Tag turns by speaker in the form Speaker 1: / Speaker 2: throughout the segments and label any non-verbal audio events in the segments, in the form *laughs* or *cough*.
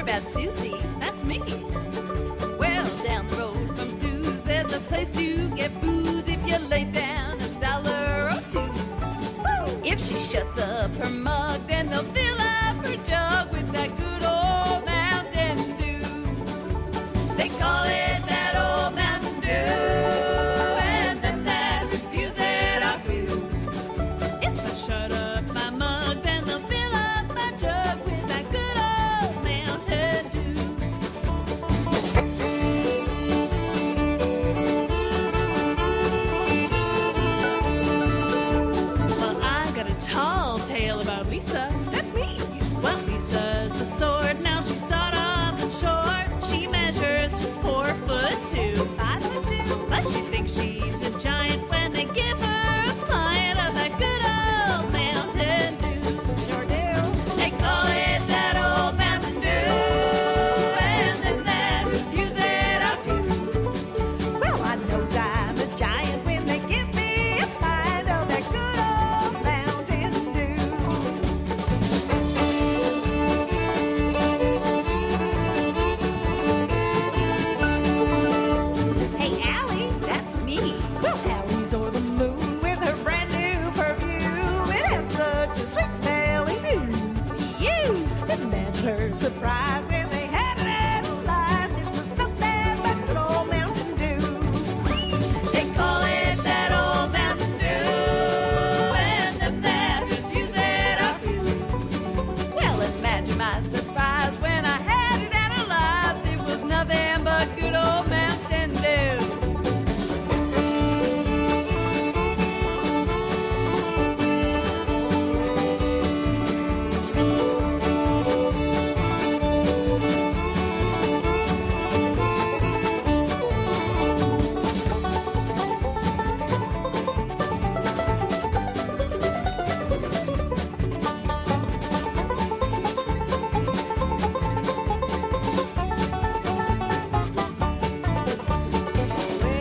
Speaker 1: about Susie, that's me. Well, down the road from Sue's, there's a place to get booze if you lay down a dollar or two. If she shuts up her mug, then they'll fill up her jug with that good old Mountain Dew. They call it that old Mountain Dew, and them that refuse it are few. If I shut up my mug, then they'll fill up my jug with that good old Mountain Dew. Well, I got a tall tale about Lisa. That's me. Well, Lisa's the sword. Now she's sawed off and short. She measures just four foot two. Five foot two. But she thinks she's a giant when they give her a pint of that good old Mountain Dew. Sure do. They call it that old Mountain Dew. And then that reviews it up you. Well, I knows I'm a giant when they give me a pint of that good old Mountain Dew. Hey, Allie, that's me. Well, Allie's over the moon with her brand new perfume. It has such a sweet smelling view. You imagine her surprise when they had it analyzed. It was nothing but good old Mountain Dew. They call it that old Mountain Dew, and them that refuse it are few. Well, imagine my surprise when I had it analyzed. It was nothing but good old Mountain Dew.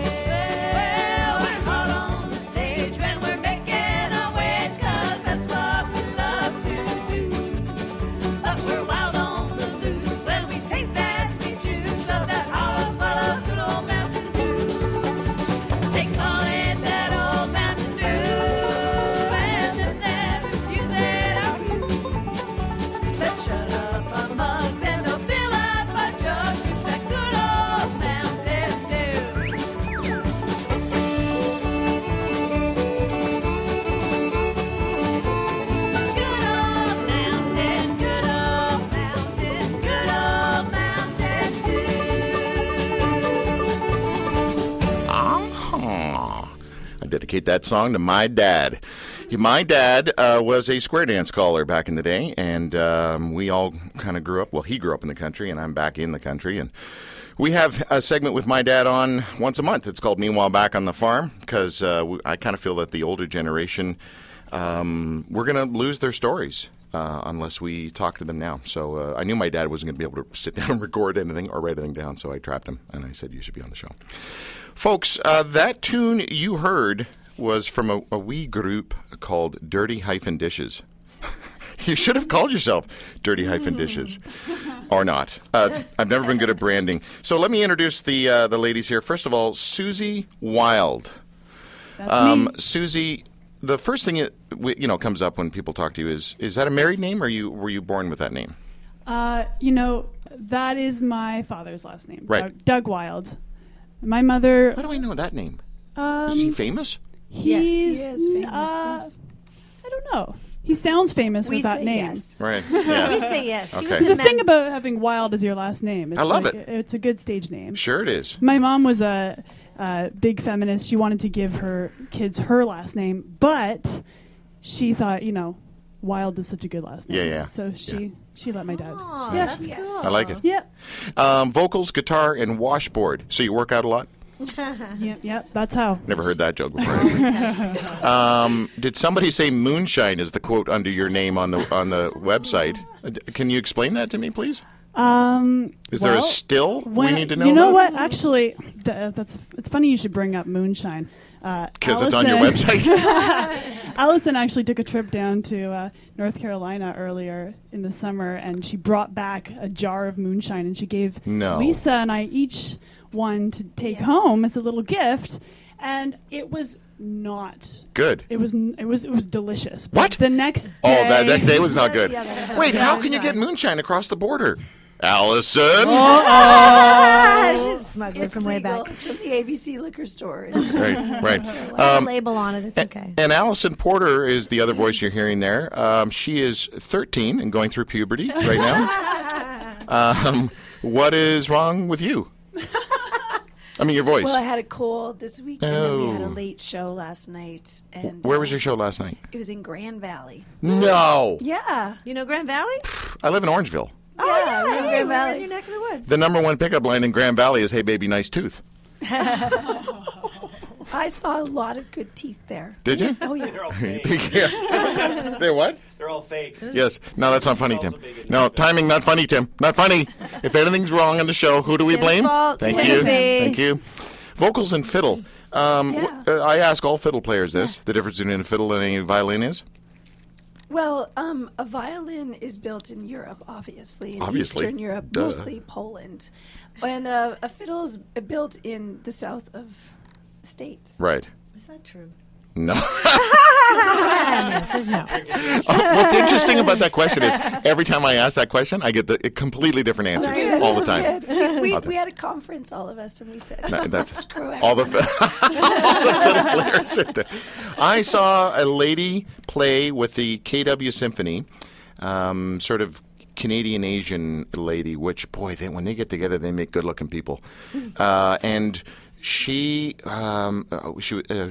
Speaker 1: Well, we're hot on the stage when we're making our waves, 'cause that's what we love to do. But we're wild on the loose when we taste that sweet juice of that hard bottle of good old Mountain Dew. They call it that old Mountain Dew, and if they refuse it, I'll refuse. Let's shut up our mugs and they'll fill up our jugs with that good old Mountain Dew. Good old mountain, good old mountain, good old mountain dew.
Speaker 2: Uh-huh. I dedicate that song to my dad. He- My dad uh, was a square dance caller back in the day, and um, we all kind of grew up. Well, he grew up in the country, and I'm back in the country. And we have a segment with my dad on once a month. It's called Meanwhile Back on the Farm, because uh, w- I kind of feel that the older generation, um, we're going to lose their stories. Uh, unless we talk to them now. So uh, I knew my dad wasn't going to be able to sit *laughs* down and record anything or write anything down, so I trapped him and I said, You should be on the show. Folks, uh, that tune you heard was from a, a wee group called Dirty Hyphen Dishes. *laughs* you should have called yourself Dirty Hyphen Dishes, or not. Uh, it's- I've never been good at branding. So let me introduce the uh, the ladies here. First of all, Susie Wild. Um, Susie, the first thing it, w- you know comes up when people talk to you is is that a married name? Or you were you born with that name?
Speaker 3: Uh, you know, that is my father's last name,
Speaker 2: Right.
Speaker 3: Doug, Doug Wild. My mother,
Speaker 2: How do I know that name?
Speaker 3: um,
Speaker 2: Is he famous?
Speaker 3: he's,
Speaker 4: Yes, he is famous,
Speaker 3: uh,
Speaker 4: yes.
Speaker 3: I don't know. He sounds famous
Speaker 4: We
Speaker 3: with that
Speaker 4: say
Speaker 3: name.
Speaker 4: yes.
Speaker 2: Right. Yeah.
Speaker 4: We say yes.
Speaker 2: Okay.
Speaker 4: He was
Speaker 3: There's
Speaker 4: a
Speaker 3: a
Speaker 4: man-
Speaker 3: thing about having Wild as your last name. It's
Speaker 2: I love
Speaker 3: like-
Speaker 2: it.
Speaker 3: It's a good stage name.
Speaker 2: Sure, it is.
Speaker 3: My mom was a, a big feminist. She wanted to give her kids her last name, but she thought, you know, Wild is such a good last name.
Speaker 2: Yeah, yeah.
Speaker 3: So she
Speaker 2: Yeah.
Speaker 3: she let my dad.
Speaker 4: Aw,
Speaker 3: yeah,
Speaker 4: Ah, that's
Speaker 3: she-
Speaker 4: cool.
Speaker 2: I like it.
Speaker 3: yeah,
Speaker 2: Um, vocals, guitar, and washboard. So you work out a lot.
Speaker 3: yeah, yeah. That's how.
Speaker 2: Never heard that joke before. um, did somebody say "moonshine" is the quote under your name on the on the website? Uh, d- Can you explain that to me, please?
Speaker 3: Um,
Speaker 2: Is there
Speaker 3: well,
Speaker 2: a still we
Speaker 3: when-
Speaker 2: need to know?
Speaker 3: You know
Speaker 2: about?
Speaker 3: what? Actually, th- uh, that's it's funny you should bring up moonshine. Because
Speaker 2: Because it's on your website.
Speaker 3: *laughs*
Speaker 2: *laughs*
Speaker 3: Allison actually took a trip down to uh, North Carolina earlier in the summer, and she brought back a jar of moonshine, and she gave
Speaker 2: No.
Speaker 3: Lisa and I each one to take home as a little gift, and it was not.
Speaker 2: Good.
Speaker 3: It was n- it was it was delicious.
Speaker 2: What?
Speaker 3: But the next day?
Speaker 2: Oh, that next
Speaker 3: *laughs*
Speaker 2: day was not good.
Speaker 4: Yeah, that- that-
Speaker 2: Wait,
Speaker 4: that-
Speaker 2: how can you get moonshine across the border? Allison.
Speaker 3: Oh.
Speaker 2: Oh.
Speaker 4: Ah, she's smuggler
Speaker 1: It's
Speaker 4: from way
Speaker 1: legal.
Speaker 4: back.
Speaker 1: It's from the ABC liquor store.
Speaker 4: *laughs*
Speaker 1: And
Speaker 2: Right, right.
Speaker 4: Put a
Speaker 2: Um,
Speaker 4: label on it. It's okay.
Speaker 2: And Allison Porter is the other voice you're hearing there. Um, she is 13 and going through puberty right now.
Speaker 1: *laughs*
Speaker 2: um, what is wrong with you? I mean, your voice.
Speaker 1: well, I had a cold this week, and then we had
Speaker 2: Oh.
Speaker 1: a late show last night. And
Speaker 2: Where was
Speaker 1: uh,
Speaker 2: your show last night?
Speaker 1: It was in Grand Valley.
Speaker 2: No.
Speaker 1: Yeah.
Speaker 4: You know Grand Valley?
Speaker 2: I live in Orangeville.
Speaker 4: Oh
Speaker 1: Yeah,
Speaker 4: yeah,
Speaker 1: Grand
Speaker 4: hey, we're
Speaker 1: Valley.
Speaker 4: in your neck of the woods.
Speaker 2: The number one pickup line in Grand Valley is Hey Baby Nice Tooth.
Speaker 1: I saw a lot of good teeth there.
Speaker 2: Did you?
Speaker 1: Oh, yeah.
Speaker 5: They're all fake.
Speaker 1: *laughs*
Speaker 2: *laughs* Yeah. They're what?
Speaker 5: They're
Speaker 4: *laughs*
Speaker 5: all fake.
Speaker 2: Yes. No, that's not funny, Tim. No, timing, not funny, Tim. Not funny. If anything's wrong on the show, who do we
Speaker 4: Tim's
Speaker 2: blame?
Speaker 4: fault,
Speaker 2: Thank
Speaker 4: Timothy.
Speaker 2: you. Thank you. Vocals and fiddle. Um,
Speaker 1: Yeah.
Speaker 2: wh- uh, I ask all fiddle players this: the difference between a fiddle and a violin is.
Speaker 1: Well, um, a violin is built in Europe, obviously, in
Speaker 2: Obviously.
Speaker 1: Eastern Europe,
Speaker 2: Duh.
Speaker 1: mostly Poland, and uh, a fiddle is built in the south of the states.
Speaker 2: Right.
Speaker 4: Is that true? *laughs*
Speaker 2: No. *laughs*
Speaker 4: The answer is *laughs* no.
Speaker 2: Oh, What's interesting about that question is every time I ask that question, I get the a completely different answers
Speaker 1: Yes,
Speaker 2: all the
Speaker 1: it's
Speaker 2: time.
Speaker 1: good. *laughs* We, we,
Speaker 2: Okay.
Speaker 1: we had a conference, all of us, and we said,
Speaker 2: *laughs* No, that's
Speaker 1: screw it.
Speaker 2: all the, *laughs* all the fiddle players. at the- I saw a lady play with the KW Symphony, um, sort of Canadian Asian lady. Which boy, they, when they get together, they make good looking people. Uh, and she, um, uh, she, uh,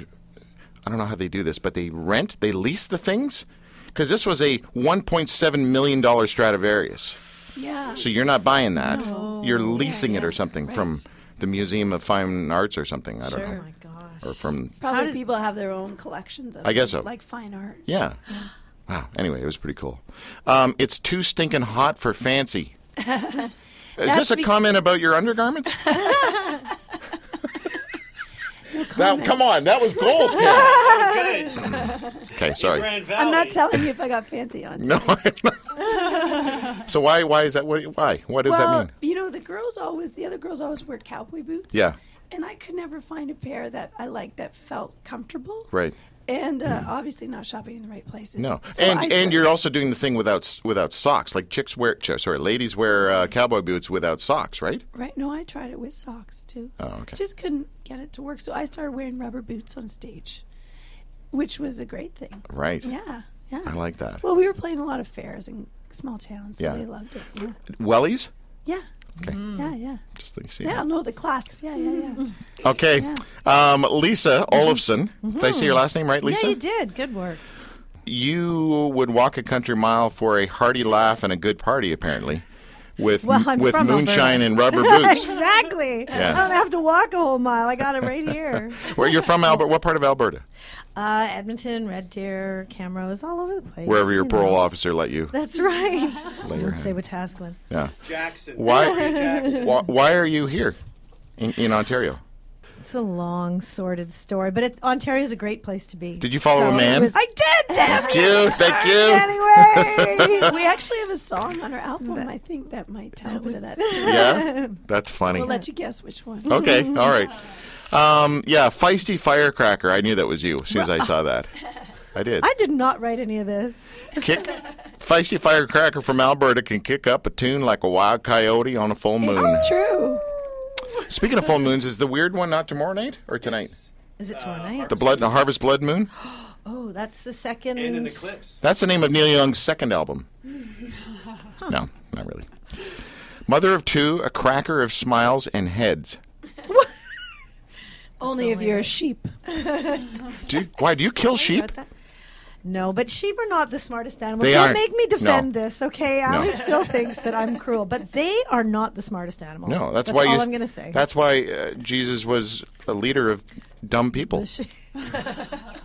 Speaker 2: I don't know how they do this, but they rent, they lease the things. Because this was a 1.7 million dollar Stradivarius.
Speaker 1: yeah.
Speaker 2: So you're not buying that. You're leasing it or something from the Museum of Fine Arts or something. I don't
Speaker 4: Oh
Speaker 2: know.
Speaker 4: my gosh.
Speaker 2: Or from
Speaker 1: Probably
Speaker 4: did-
Speaker 1: people have their own collections of
Speaker 2: I guess so.
Speaker 1: like fine art.
Speaker 2: yeah. Wow. Anyway, it was pretty cool. Um, it's too stinking hot for
Speaker 1: *laughs*
Speaker 2: fancy. Is this a
Speaker 1: be-
Speaker 2: comment about
Speaker 1: *laughs*
Speaker 2: your undergarments? Now, come on, that was gold.
Speaker 1: *laughs*
Speaker 2: Tim.
Speaker 5: Good.
Speaker 2: okay, sorry.
Speaker 5: Grand Valley.
Speaker 1: I'm not telling you if I got fancy on.
Speaker 2: No. *laughs* so why why is that? What, why? What does
Speaker 1: well,
Speaker 2: that mean?
Speaker 1: you know, the girls always, the other girls always wear cowboy boots.
Speaker 2: Yeah.
Speaker 1: And I could never find a pair that I liked that felt comfortable.
Speaker 2: Right.
Speaker 1: And uh, obviously not shopping in the right places.
Speaker 2: No,
Speaker 1: So
Speaker 2: and
Speaker 1: I
Speaker 2: and
Speaker 1: said-
Speaker 2: you're also doing the thing without s- without socks. Like chicks wear, ch- sorry, ladies wear uh, cowboy boots without socks, right?
Speaker 1: Right. No, I tried it with socks too.
Speaker 2: Oh, okay.
Speaker 1: Just couldn't get it to work. So I started wearing rubber boots on stage, which was a great thing.
Speaker 2: Right.
Speaker 1: Yeah. Yeah.
Speaker 2: I like that.
Speaker 1: Well, we were playing a lot of fairs in small towns, so
Speaker 2: Yeah.
Speaker 1: they loved it. Yeah.
Speaker 2: Wellies.
Speaker 1: Yeah.
Speaker 2: Okay.
Speaker 1: Yeah, yeah.
Speaker 2: Just let me see.
Speaker 1: Yeah, no, the classics. Yeah, yeah, yeah.
Speaker 2: Okay. Um, Lisa Olafson. Did I say your last name right, Lisa?
Speaker 4: Mm-hmm. Yeah, you did. Good *laughs* work.
Speaker 2: You would walk a country mile for a hearty laugh and a good party, apparently, with
Speaker 4: Well, I'm
Speaker 2: with
Speaker 4: from
Speaker 2: moonshine
Speaker 4: Alberta.
Speaker 2: and rubber
Speaker 4: *laughs*
Speaker 2: boots.
Speaker 4: exactly.
Speaker 2: Yeah.
Speaker 4: I don't have to walk a whole mile. I got it right here.
Speaker 2: *laughs* Where you're from, Albert? What part of Alberta?
Speaker 4: Uh, Edmonton, Red Deer, Camrose, all over the place.
Speaker 2: Wherever your
Speaker 4: you
Speaker 2: parole
Speaker 4: know.
Speaker 2: officer let you.
Speaker 4: That's right.
Speaker 2: Later.
Speaker 4: Don't say Wetaskiwin.
Speaker 2: Yeah.
Speaker 5: Jackson.
Speaker 2: Why-
Speaker 5: Jeffrey Jackson.
Speaker 2: Why, why are you here in, in Ontario?
Speaker 4: It's a long, sordid story, but it, Ontario's a great place to be.
Speaker 2: Did you follow a
Speaker 1: So-
Speaker 2: man?
Speaker 1: It was-
Speaker 4: I did. Damn
Speaker 2: Thank you. Thank you.
Speaker 6: *laughs*
Speaker 4: Anyway.
Speaker 2: *laughs*
Speaker 1: we actually have a song on our album, I think, that might tell a bit of that *laughs* story.
Speaker 4: *laughs*
Speaker 2: Yeah. That's funny.
Speaker 1: We'll let you guess which one.
Speaker 2: *laughs* Okay, all right. Um, yeah, feisty firecracker. I knew that was you as soon as I saw that. I did.
Speaker 4: I did not write any of this.
Speaker 2: Kick, feisty firecracker from Alberta can kick up a tune like a wild coyote on a full moon.
Speaker 1: It's true.
Speaker 2: Speaking of full moons, is the weird one not tomorrow night or tonight?
Speaker 4: Is it tomorrow night?
Speaker 2: The blood, the harvest blood moon.
Speaker 4: oh, that's the second.
Speaker 5: And an eclipse.
Speaker 2: That's the name of Neil Young's second
Speaker 4: *laughs*
Speaker 2: album. No, not really. Mother of two, a cracker of smiles and heads.
Speaker 1: Only if you're a sheep.
Speaker 2: Do you, why do you kill sheep?
Speaker 4: About that? No, but sheep are not the smartest animals.
Speaker 2: They
Speaker 4: Don't
Speaker 2: aren't.
Speaker 4: make me defend
Speaker 2: No.
Speaker 4: this, okay?
Speaker 2: No.
Speaker 4: Alice still thinks that I'm cruel, but they are not the smartest animal.
Speaker 2: No, that's, why
Speaker 4: all
Speaker 2: you.
Speaker 4: I'm going to say.
Speaker 2: That's why uh, Jesus was a leader of dumb people.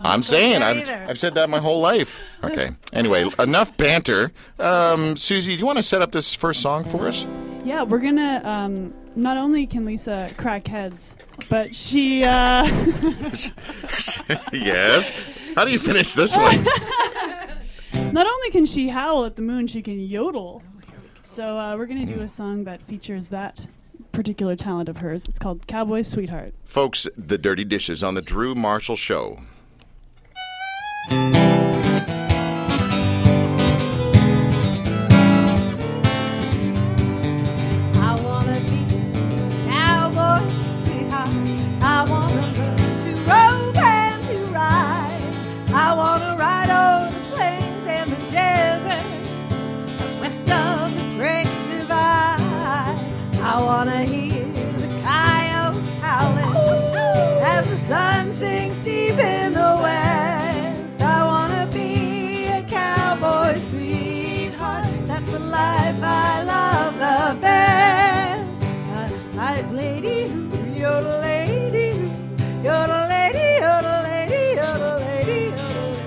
Speaker 2: I'm saying I've,
Speaker 4: either.
Speaker 2: I've said that my whole life. Okay. Anyway, enough banter. Um, Susie, do you want to set up this first song for us?
Speaker 3: Yeah, we're gonna. Um, not only can Lisa crack heads, but she. Uh,
Speaker 2: *laughs* yes. How do you finish this one?
Speaker 3: not only can she howl at the moon, she can yodel. So uh, we're gonna do
Speaker 2: Hmm.
Speaker 3: a song that features that particular talent of hers. It's called Cowboy Sweetheart.
Speaker 2: *laughs* Folks, the dirty dishes on the Drew Marshall Show.
Speaker 1: I wanna be a cowboy, sweetheart. I wanna learn to rope and to ride. I wanna ride over the plains and the desert, west of the great divide. I wanna hear the coyotes howling as the sun sinks deep in the west. I wanna be a cowboy, sweetheart. That's the life I love the best. I, I Uh, lady, who, you're the lady, who, you're the lady, you're the lady, you're the lady, you're the lady.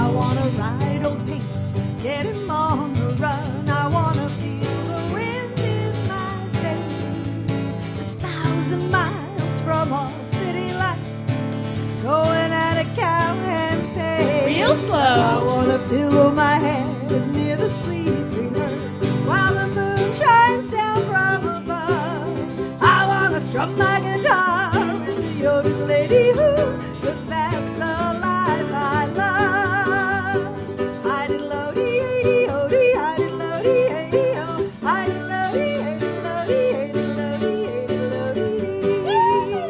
Speaker 1: I wanna ride old paint, get him on the run. I wanna feel the wind in my face. A thousand miles from all city lights, going at a cowhand's pace.
Speaker 7: Real slow.
Speaker 1: I wanna pillow my head near the sleeping earth while the moon shines down from above. I wanna strum my guitar with the yodel lady who, 'cause that's the life I love. I did lodi, adi, odi, I did lodi, adi, o. I did lodi, adi, lodi, adi, lodi, adi, lodi.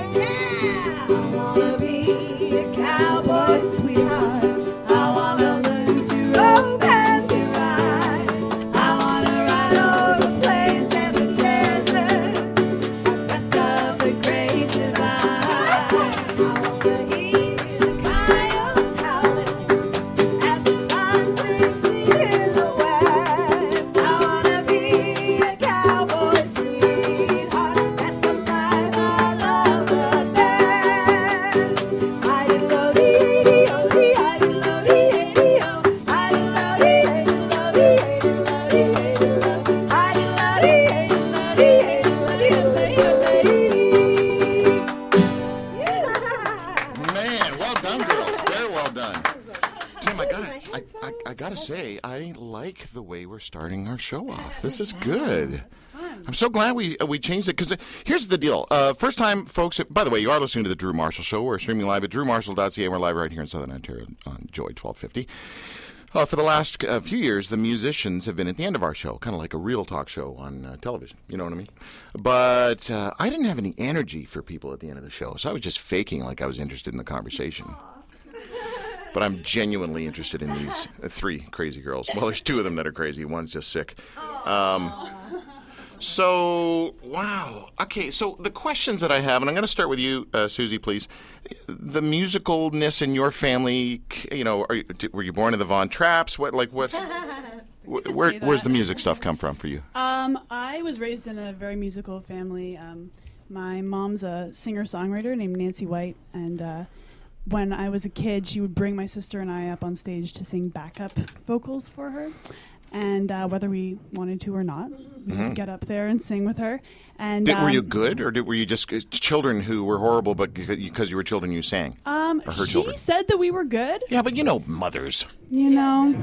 Speaker 1: I wanna be a cowboy, sweetheart. I wanna learn to rope and to ride. I wanna ride over the plains and the desert, west of the great divide. I wanna hear the coyotes howling as the sun sinks deep in the west. I wanna be a cowboy, sweetheart. That's the life I love the best. I did lodi, adi, odi, I did lodi, adi, o. I did lodi, adi, lodi, adi, lodi, adi, lo. I did lodi, adi, lodi, adi, lodi, adi, lodi. Yeah.
Speaker 2: Man, well done, girls. Very well done. Tim, I gotta, I, I, I gotta say, I like the way we're starting our show off. This is good. I'm so glad we uh, we changed it because here's the deal. Uh, first time, folks. By the way, you are listening to the Drew Marshall Show. We're streaming live at drewmarshall.ca. and We're live right here in Southern Ontario on Joy 1250. Uh, for the last uh, few years, the musicians have been at the end of our show, kind of like a real talk show on uh, television. You know what I mean? But uh, I didn't have any energy for people at the end of the show, so I was just faking like I was interested in the conversation. But I'm genuinely interested in these uh, three crazy girls. Well, there's two of them that are crazy. One's just sick. Um, so, wow. Okay, so the questions that I have, and I'm going to start with you, uh, Susie, please. The musicalness in your family, c- you know, are you, d- were you born in the Von Traps? What, like,
Speaker 3: *laughs*
Speaker 2: what? wh- where,
Speaker 3: say that.
Speaker 2: where's the music stuff come from for you?
Speaker 3: Um, I was raised in a very musical family. Um, my mom's a singer songwriter named Nancy White, and uh, when I was a kid, she would bring my sister and I up on stage to sing backup vocals for her. And uh, whether we wanted to or not, we would get up there and sing with her. And
Speaker 2: Did, Mm-hmm. were you
Speaker 3: um,
Speaker 2: good, or did, were you just uh, children who were horrible, but because you were children, you sang?
Speaker 3: Um,
Speaker 2: or her
Speaker 3: she
Speaker 2: children?
Speaker 3: said that we were good.
Speaker 2: yeah, but you know, mothers.
Speaker 3: You know,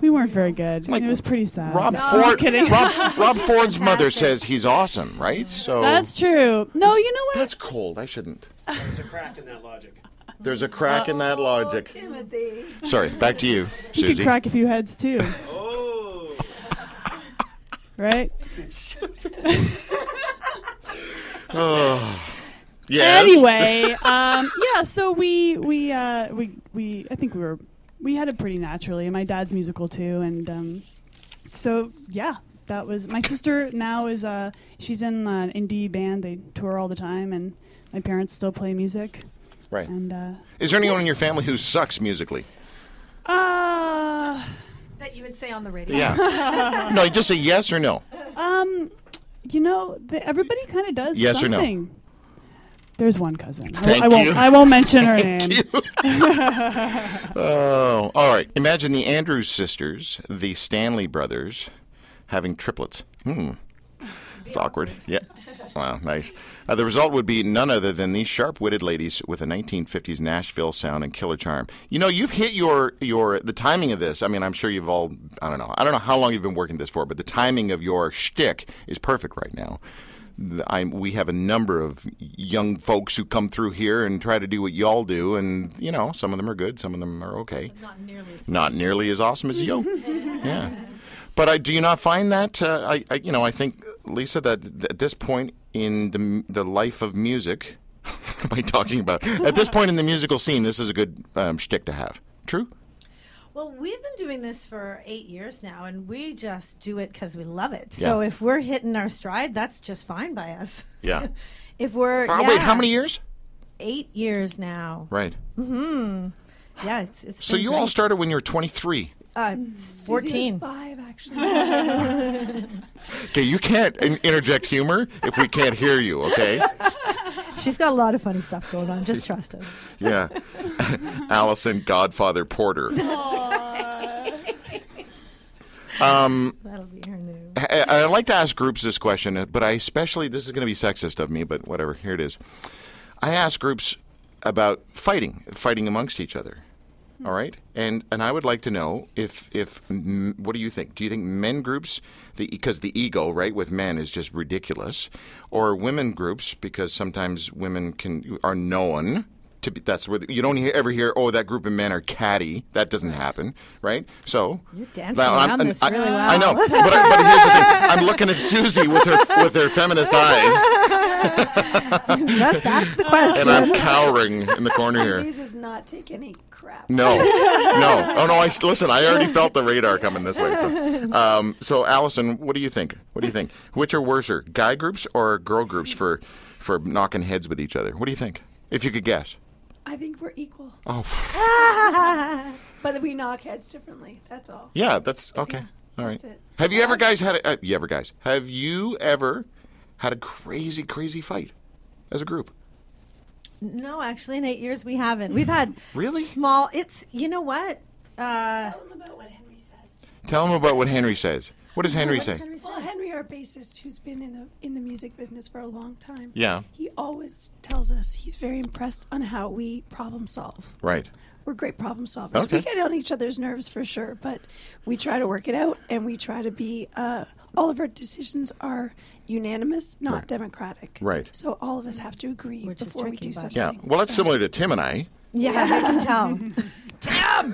Speaker 3: we weren't very good.
Speaker 2: Like,
Speaker 3: it was pretty sad.
Speaker 2: Rob
Speaker 3: I'm
Speaker 2: Ford.
Speaker 3: kidding.
Speaker 2: Rob, Rob Ford's mother says he's awesome, right? So
Speaker 3: *laughs* That's true. No, you know what?
Speaker 2: That's cold. I shouldn't.
Speaker 5: There's a crack in that logic.
Speaker 2: There's a crack in that
Speaker 3: Oh,
Speaker 2: logic.
Speaker 1: Timothy.
Speaker 2: Sorry, back to
Speaker 3: *laughs*
Speaker 2: you,
Speaker 3: you could
Speaker 2: Susie.
Speaker 3: crack a few heads too,
Speaker 5: Oh.
Speaker 3: right?
Speaker 2: *laughs* Yes.
Speaker 3: Anyway, um, yeah. So we we uh, we we I think we were we had it pretty naturally. And my dad's musical too, and um, so yeah, that was my sister. Now is uh, she's in an indie band. They tour all the time, and my parents still play music.
Speaker 2: Right.
Speaker 3: And uh,
Speaker 2: Is there anyone in your family who sucks musically?
Speaker 3: uh
Speaker 4: That you would say on the radio.
Speaker 2: Yeah.
Speaker 3: *laughs*
Speaker 2: no, just say yes or no.
Speaker 3: um, you know, the, everybody kind of does.
Speaker 2: Yes or no?
Speaker 3: something. There's one cousin. I-
Speaker 2: Thank
Speaker 3: I, won't.
Speaker 2: you.
Speaker 3: I won't
Speaker 2: *laughs*
Speaker 3: mention her name.
Speaker 2: Oh, all right. Imagine the Andrews sisters, the Stanley brothers, having triplets. Hmm. It's awkward. Yeah. Wow, nice. Uh, the result would be none other than these sharp-witted ladies with a 1950s Nashville sound and killer charm. You know, you've hit your your the timing of this. I mean, I'm sure you've all I don't know. I don't know how long you've been working this for, but the timing of your shtick is perfect right now. Th- I, we have a number of young folks who come through here and try to do what y'all do, and you know, some of them are good, some of them are okay
Speaker 4: Not nearly as
Speaker 2: not nearly as awesome as
Speaker 4: *laughs*
Speaker 2: you. yeah. But I do you not find that uh, I, I you know I think Lisa that th- at this point in the m- the life of music, *laughs* what am I talking about? At this point in the musical scene, this is a good um, shtick to have. True.
Speaker 4: Well, we've been doing this for eight years now, and we just do it because we love it.
Speaker 2: Yeah.
Speaker 4: So if we're hitting our stride, that's just fine by us.
Speaker 2: Yeah.
Speaker 4: *laughs* If we're
Speaker 2: Uh,
Speaker 4: yeah,
Speaker 2: Wait, how many years?
Speaker 4: Eight years now.
Speaker 2: Right.
Speaker 4: Yeah, it's it's.
Speaker 2: So
Speaker 4: been
Speaker 2: you
Speaker 4: great.
Speaker 2: all started when you were 23.
Speaker 4: uh, fourteen.
Speaker 7: Five,
Speaker 1: *laughs*
Speaker 7: actually.
Speaker 2: Okay, you can't in- interject humor if we can't hear you. Okay.
Speaker 4: She's got a lot of funny stuff going on.
Speaker 2: *laughs*
Speaker 4: Just trust us.
Speaker 2: Yeah. *laughs* Allison Godfather Porter. Um.
Speaker 4: That'll be her new.
Speaker 2: I, I like to ask groups this question, but I especially this is going to be sexist of me, but whatever. Here it is. I ask groups about fighting, fighting amongst each other.
Speaker 4: Hmm.
Speaker 2: All right, and and I would like to know if if m- what do you think? Do you think men groups the because the ego right with men is just ridiculous, or women groups because sometimes women can are known to be that's where the, you don't hear, ever hear oh that group of men are catty that doesn't happen right so
Speaker 4: You're dancing
Speaker 2: Now, I'm-
Speaker 4: around
Speaker 2: and
Speaker 4: this
Speaker 2: I-
Speaker 4: really well.
Speaker 2: I know but, but here's the thing. I'm looking at Susie with her with her feminist eyes,
Speaker 4: Just ask the question.
Speaker 2: and
Speaker 4: *laughs*
Speaker 2: I'm cowering in the corner here.
Speaker 6: Disease does not take any crap.
Speaker 2: No, no. Oh no! I s- listen. I already felt the radar coming this way. So, um, so Allison, what do you think? What do you think? Which are worser, guy groups or girl groups for for knocking heads with each other? What do you think? If you could guess.
Speaker 6: I think we're equal,
Speaker 1: *laughs*
Speaker 2: Oh,
Speaker 6: *laughs* but we knock heads differently. That's all.
Speaker 2: yeah. That's okay. All right.
Speaker 6: that's it.
Speaker 2: Have you ever guys had? A, uh, you ever guys? Have you ever had a crazy, crazy fight as a group?
Speaker 4: No, actually, in eight years we haven't. We've had
Speaker 2: Really?
Speaker 4: small. It's you know what. Uh,
Speaker 6: Tell them about what Henry says.
Speaker 2: Tell them about what Henry says. What does Henry
Speaker 4: what's
Speaker 2: say?
Speaker 4: Henry
Speaker 6: Well, Henry, our bassist, who's been in the in the music business for a long time.
Speaker 2: Yeah.
Speaker 6: He always tells us he's very impressed on how we problem solve.
Speaker 2: Right.
Speaker 6: We're great problem solvers.
Speaker 2: Okay.
Speaker 6: We get on each other's nerves for sure, but we try to work it out and we try to be. Uh, all of our decisions are unanimous, not
Speaker 2: Right.
Speaker 6: democratic.
Speaker 2: Right.
Speaker 6: So all of us have to agree
Speaker 4: Which is
Speaker 6: before we
Speaker 4: tricky,
Speaker 6: do
Speaker 4: but-
Speaker 6: something.
Speaker 2: Yeah. Well, that's similar to Tim and I.
Speaker 4: Yeah, I can tell.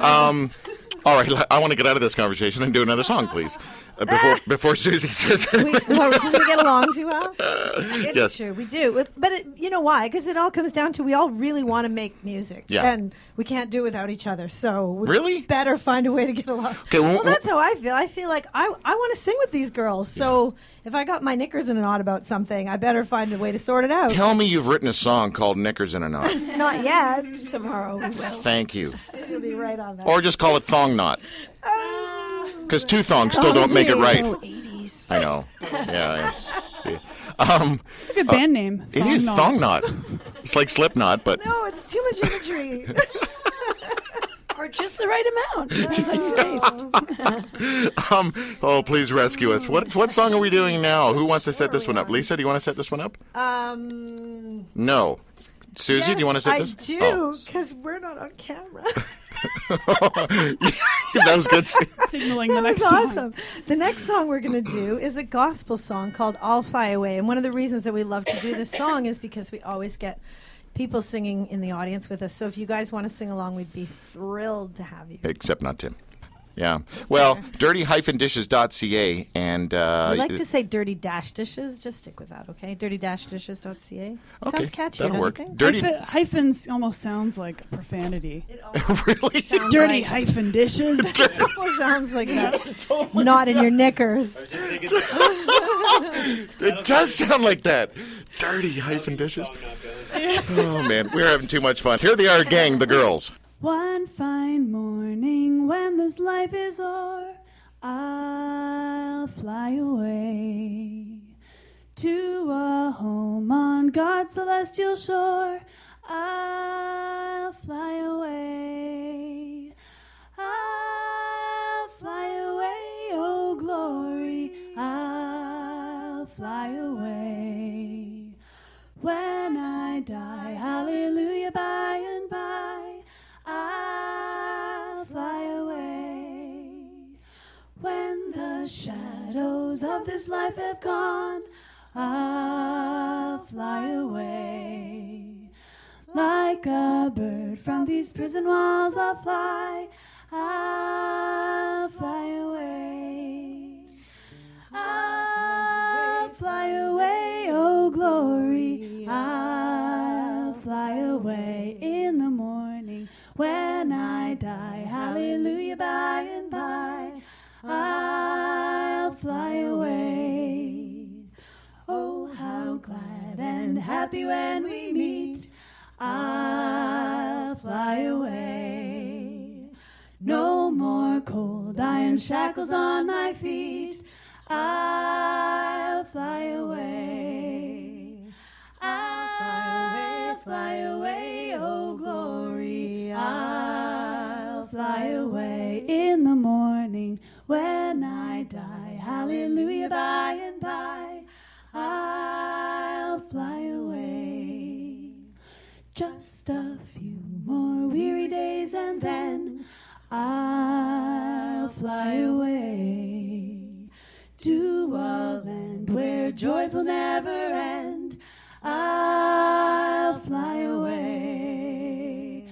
Speaker 2: Um, All right, I want to get out of this conversation and do another song, please. Uh, before before Susie says
Speaker 4: we, well, because we get along
Speaker 2: *laughs*
Speaker 4: too well. It's
Speaker 2: yes.
Speaker 4: true, we do. With- But it, you know why? Because it all comes down to we all really want to make music,
Speaker 2: Yeah.
Speaker 4: and we can't do it without each other. So we
Speaker 2: Really?
Speaker 4: better find a way to get along.
Speaker 2: 'Kay, well,
Speaker 4: well, that's how I feel. I feel like I I want to sing with these girls. So if I got my knickers in a knot about something, I better find a way to sort it out.
Speaker 2: Tell me you've written a song called Knickers in a Knot.
Speaker 4: *laughs* Not yet.
Speaker 6: Tomorrow
Speaker 4: *laughs*
Speaker 6: we will.
Speaker 2: Thank you.
Speaker 4: This will be right on that. Oh,
Speaker 2: Or just call it Thong Knot. Because two thongs still don't make it right.
Speaker 6: So 80s.
Speaker 2: I know. Yeah. yeah. Um,
Speaker 3: it's a good band name.
Speaker 2: Oh, it is
Speaker 3: Knot.
Speaker 2: Thong Knot. It's like Slipknot, but
Speaker 4: no, it's too much
Speaker 2: *laughs*
Speaker 4: imagery.
Speaker 6: Or just the right amount. Depends on your taste.
Speaker 2: um, oh, please rescue us. What what song are we doing now? Who wants to set this one up? Lisa, do you want to set this one up?
Speaker 4: um,
Speaker 2: No. Susie, do you want to set
Speaker 4: I
Speaker 2: this?
Speaker 4: do
Speaker 2: Oh.
Speaker 4: because we're not on camera. *laughs*
Speaker 2: *laughs* that was good. Su-
Speaker 3: Signaling the next
Speaker 4: *laughs* That's
Speaker 3: song.
Speaker 4: awesome. The next song we're going to do is a gospel song called I'll Fly Away. And one of the reasons that we love to do this song is because we always get people singing in the audience with us. So if you guys want to sing along, we'd be thrilled to have you.
Speaker 2: Except not Tim. Yeah.
Speaker 4: *laughs*
Speaker 2: Well, dirty-dishes.ca and uh,
Speaker 4: We like to say dirty dash dishes. Just stick with that, okay? Dirty dash dishes.ca.
Speaker 2: okay,
Speaker 4: Sounds catchy,
Speaker 2: That'll
Speaker 4: don't
Speaker 2: work.
Speaker 4: you think?
Speaker 2: Dirty,
Speaker 3: Hyphen, hyphens almost sounds like profanity.
Speaker 2: *laughs* really?
Speaker 3: Dirty
Speaker 4: Like,
Speaker 2: *laughs*
Speaker 3: hyphen dishes. *laughs*
Speaker 4: almost sounds *laughs* like that. Not in your knickers.
Speaker 5: Just thinking that-
Speaker 2: It does sound like that. Dirty-dishes.
Speaker 5: Oh, no, good.
Speaker 2: Oh man, we're having too much fun. Here they are, gang, the girls.
Speaker 3: One fine morning when this life is o'er, I'll fly away to a home on God's celestial shore. I'll fly away. I'll fly away, oh glory. I'll fly away. When I die, hallelujah, by and by, I'll fly away. When the shadows of this life have gone, I'll fly away. Like a bird from these prison walls, I'll fly, I'll fly away. I'll fly away, oh glory. I'll fly away in the morning when I die. Hallelujah, by and by. I'll fly away. Oh, how glad and happy when we meet. I'll fly away. No more cold iron shackles on my feet. I'll fly away. I'll fly away, oh glory. I'll fly away in the morning when I die. Hallelujah, by and by. I'll fly away. Just a few more weary days and then I'll fly away to a land where joys will never end. I'll fly away.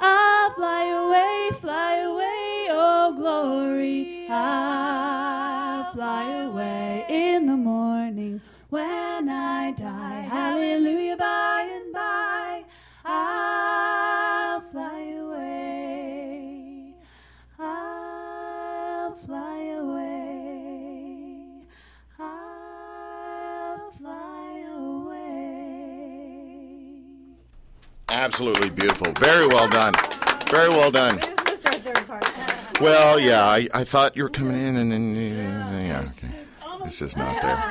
Speaker 3: I'll fly away, fly away, oh glory. I'll fly away in the morning when I die. Hallelujah, by and by. I'll fly away. I'll fly away. I'll fly away.
Speaker 2: Absolutely beautiful. Very well done. Very well done.
Speaker 4: We just missed our third part.
Speaker 2: Well, yeah, I, I thought you were coming in, and then yeah, yeah, okay. this is not there.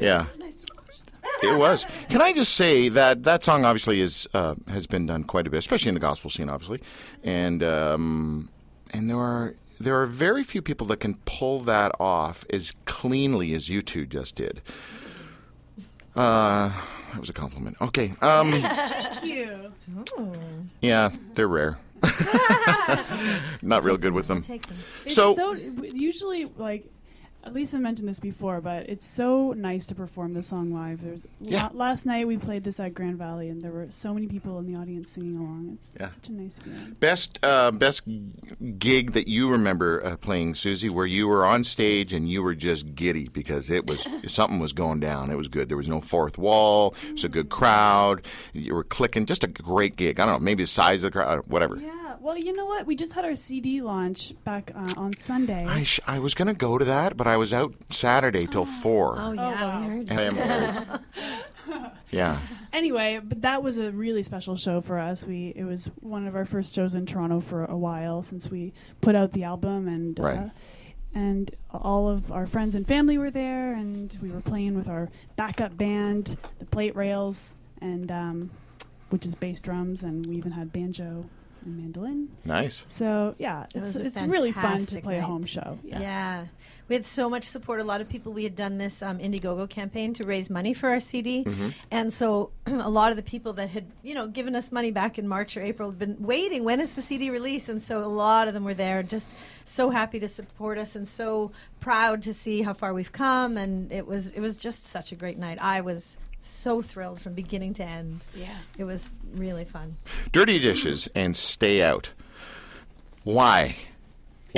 Speaker 2: Yeah,
Speaker 6: Nice to watch them.
Speaker 2: it was. Can I just say that that song obviously is uh, has been done quite a bit, especially in the gospel scene, obviously, and um, and there are there are very few people that can pull that off as cleanly as you two just did. Uh, that was a compliment. Okay. Um,
Speaker 3: you.
Speaker 2: yeah, they're rare. *laughs* Not real good with them.
Speaker 4: Take them.
Speaker 3: It's
Speaker 2: So-
Speaker 3: so, w usually like Lisa mentioned this before, but it's so nice to perform this song live. There's
Speaker 2: Yeah.
Speaker 3: la- last night we played this at Grand Valley, and there were so many people in the audience singing along. It's
Speaker 2: Yeah.
Speaker 3: such a nice feeling.
Speaker 2: Best uh, best g- gig that you remember uh, playing, Susie, where you were on stage and you were just giddy because it was something was going down. It was good. There was no fourth wall. It was a good crowd. You were clicking. Just a great gig. I don't know. Maybe the size of the crowd. Whatever.
Speaker 3: Yeah. Well, you know what? We just had our CD launch back uh, on Sunday.
Speaker 2: I, sh- I was gonna go to that, but I was out Saturday till four.
Speaker 4: Oh, yeah, we heard
Speaker 2: I am worried. *laughs*
Speaker 4: *laughs*
Speaker 2: yeah.
Speaker 3: anyway, but that was a really special show for us. We it was one of our first shows in Toronto for a while since we put out the album and
Speaker 2: Right.
Speaker 3: uh, and all of our friends and family were there and we were playing with our backup band, the Plate Rails and um, which is bass drums and we even had banjo and mandolin.
Speaker 2: Nice.
Speaker 3: So yeah, it's
Speaker 4: was a
Speaker 3: it's really fun to
Speaker 4: fantastic
Speaker 3: play a
Speaker 4: night.
Speaker 3: home show. Yeah.
Speaker 4: Yeah. We had so much support. A lot of people, we had done this um, Indiegogo campaign to raise money for our CD. And so *clears throat* a lot of the people that had, you know, given us money back in March or April had been waiting, when is the CD release? And so a lot of them were there, just so happy to support us and so proud to see how far we've come. And it was, it was just such a great night. I was so thrilled from beginning to end.
Speaker 6: Yeah.
Speaker 4: It was really fun.
Speaker 2: Dirty dishes and stay out. Why?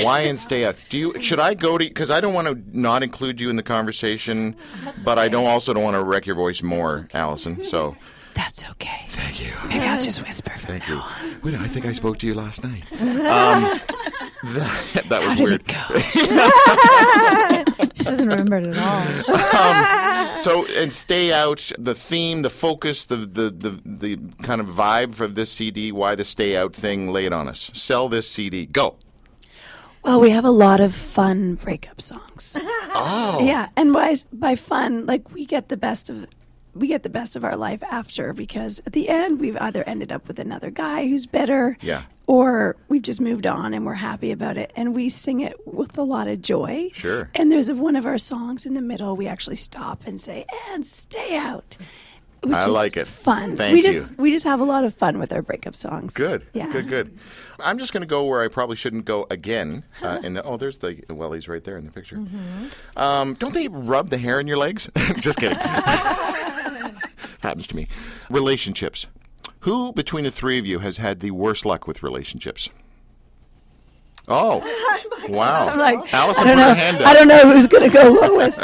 Speaker 2: Why and stay out? Do you? Should I go to? Because I don't want to not include you in the conversation, but I don't also don't want to wreck your voice more, Allison. So
Speaker 6: That's okay.
Speaker 2: thank you,
Speaker 6: Maybe I'll just whisper from
Speaker 2: thank
Speaker 6: now
Speaker 2: you.
Speaker 6: on.
Speaker 2: Wait, I think I spoke to you last night. Um, that, that was
Speaker 6: How did
Speaker 2: weird.
Speaker 6: it
Speaker 2: *laughs*
Speaker 6: go?
Speaker 4: She doesn't remember it at all.
Speaker 2: So and stay out. The theme, the focus, the the the, the kind of vibe of this CD. Why the stay out thing? Lay it on us. Sell this CD. Go.
Speaker 6: Well, we have a lot of fun breakup songs.
Speaker 2: *laughs* Oh,
Speaker 6: Yeah, and by s- by fun, like we get the best of we get the best of our life after because at the end we've either ended up with another guy who's better,
Speaker 2: Yeah.
Speaker 6: or we've just moved on and we're happy about it, and we sing it with a lot of joy.
Speaker 2: Sure.
Speaker 6: And there's one of our songs in the middle. We actually stop and say, "And stay out." Which
Speaker 2: I
Speaker 6: is
Speaker 2: like it.
Speaker 6: Fun.
Speaker 2: Thank
Speaker 6: we
Speaker 2: you.
Speaker 6: just we just have a lot of fun with our breakup songs.
Speaker 2: Good.
Speaker 6: Yeah.
Speaker 2: Good. Good. I'm just going to go where I probably shouldn't go again.
Speaker 6: *laughs*
Speaker 2: Uh, and the, oh, there's the well, he's right there in the picture.
Speaker 6: Mm-hmm.
Speaker 2: Um, don't they rub the hair in your legs? *laughs* just
Speaker 6: *laughs*
Speaker 2: kidding. Happens to me. Relationships. Who between the three of you has had the worst luck with relationships?
Speaker 6: *laughs*
Speaker 2: Oh, wow!
Speaker 6: *laughs* like,
Speaker 2: Allison
Speaker 6: I don't
Speaker 2: put her
Speaker 6: know.
Speaker 2: hand
Speaker 6: I
Speaker 2: up.
Speaker 6: don't know who's going to go lowest.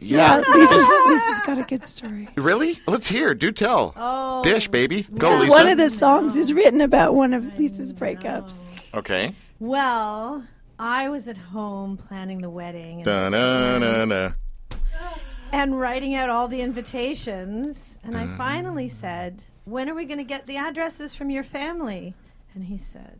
Speaker 2: Yeah,
Speaker 6: Lisa's, Lisa's got a good story.
Speaker 2: really? Let's hear. Do tell. Oh. Dish, baby. Go, Lisa.
Speaker 6: One of the songs is written about one of Lisa's breakups.
Speaker 2: okay.
Speaker 4: Well, I was at home planning the wedding and,
Speaker 2: Da-na-na-na.
Speaker 4: and writing out all the invitations, and I finally said, "When are we going to get the addresses from your family?" And he said,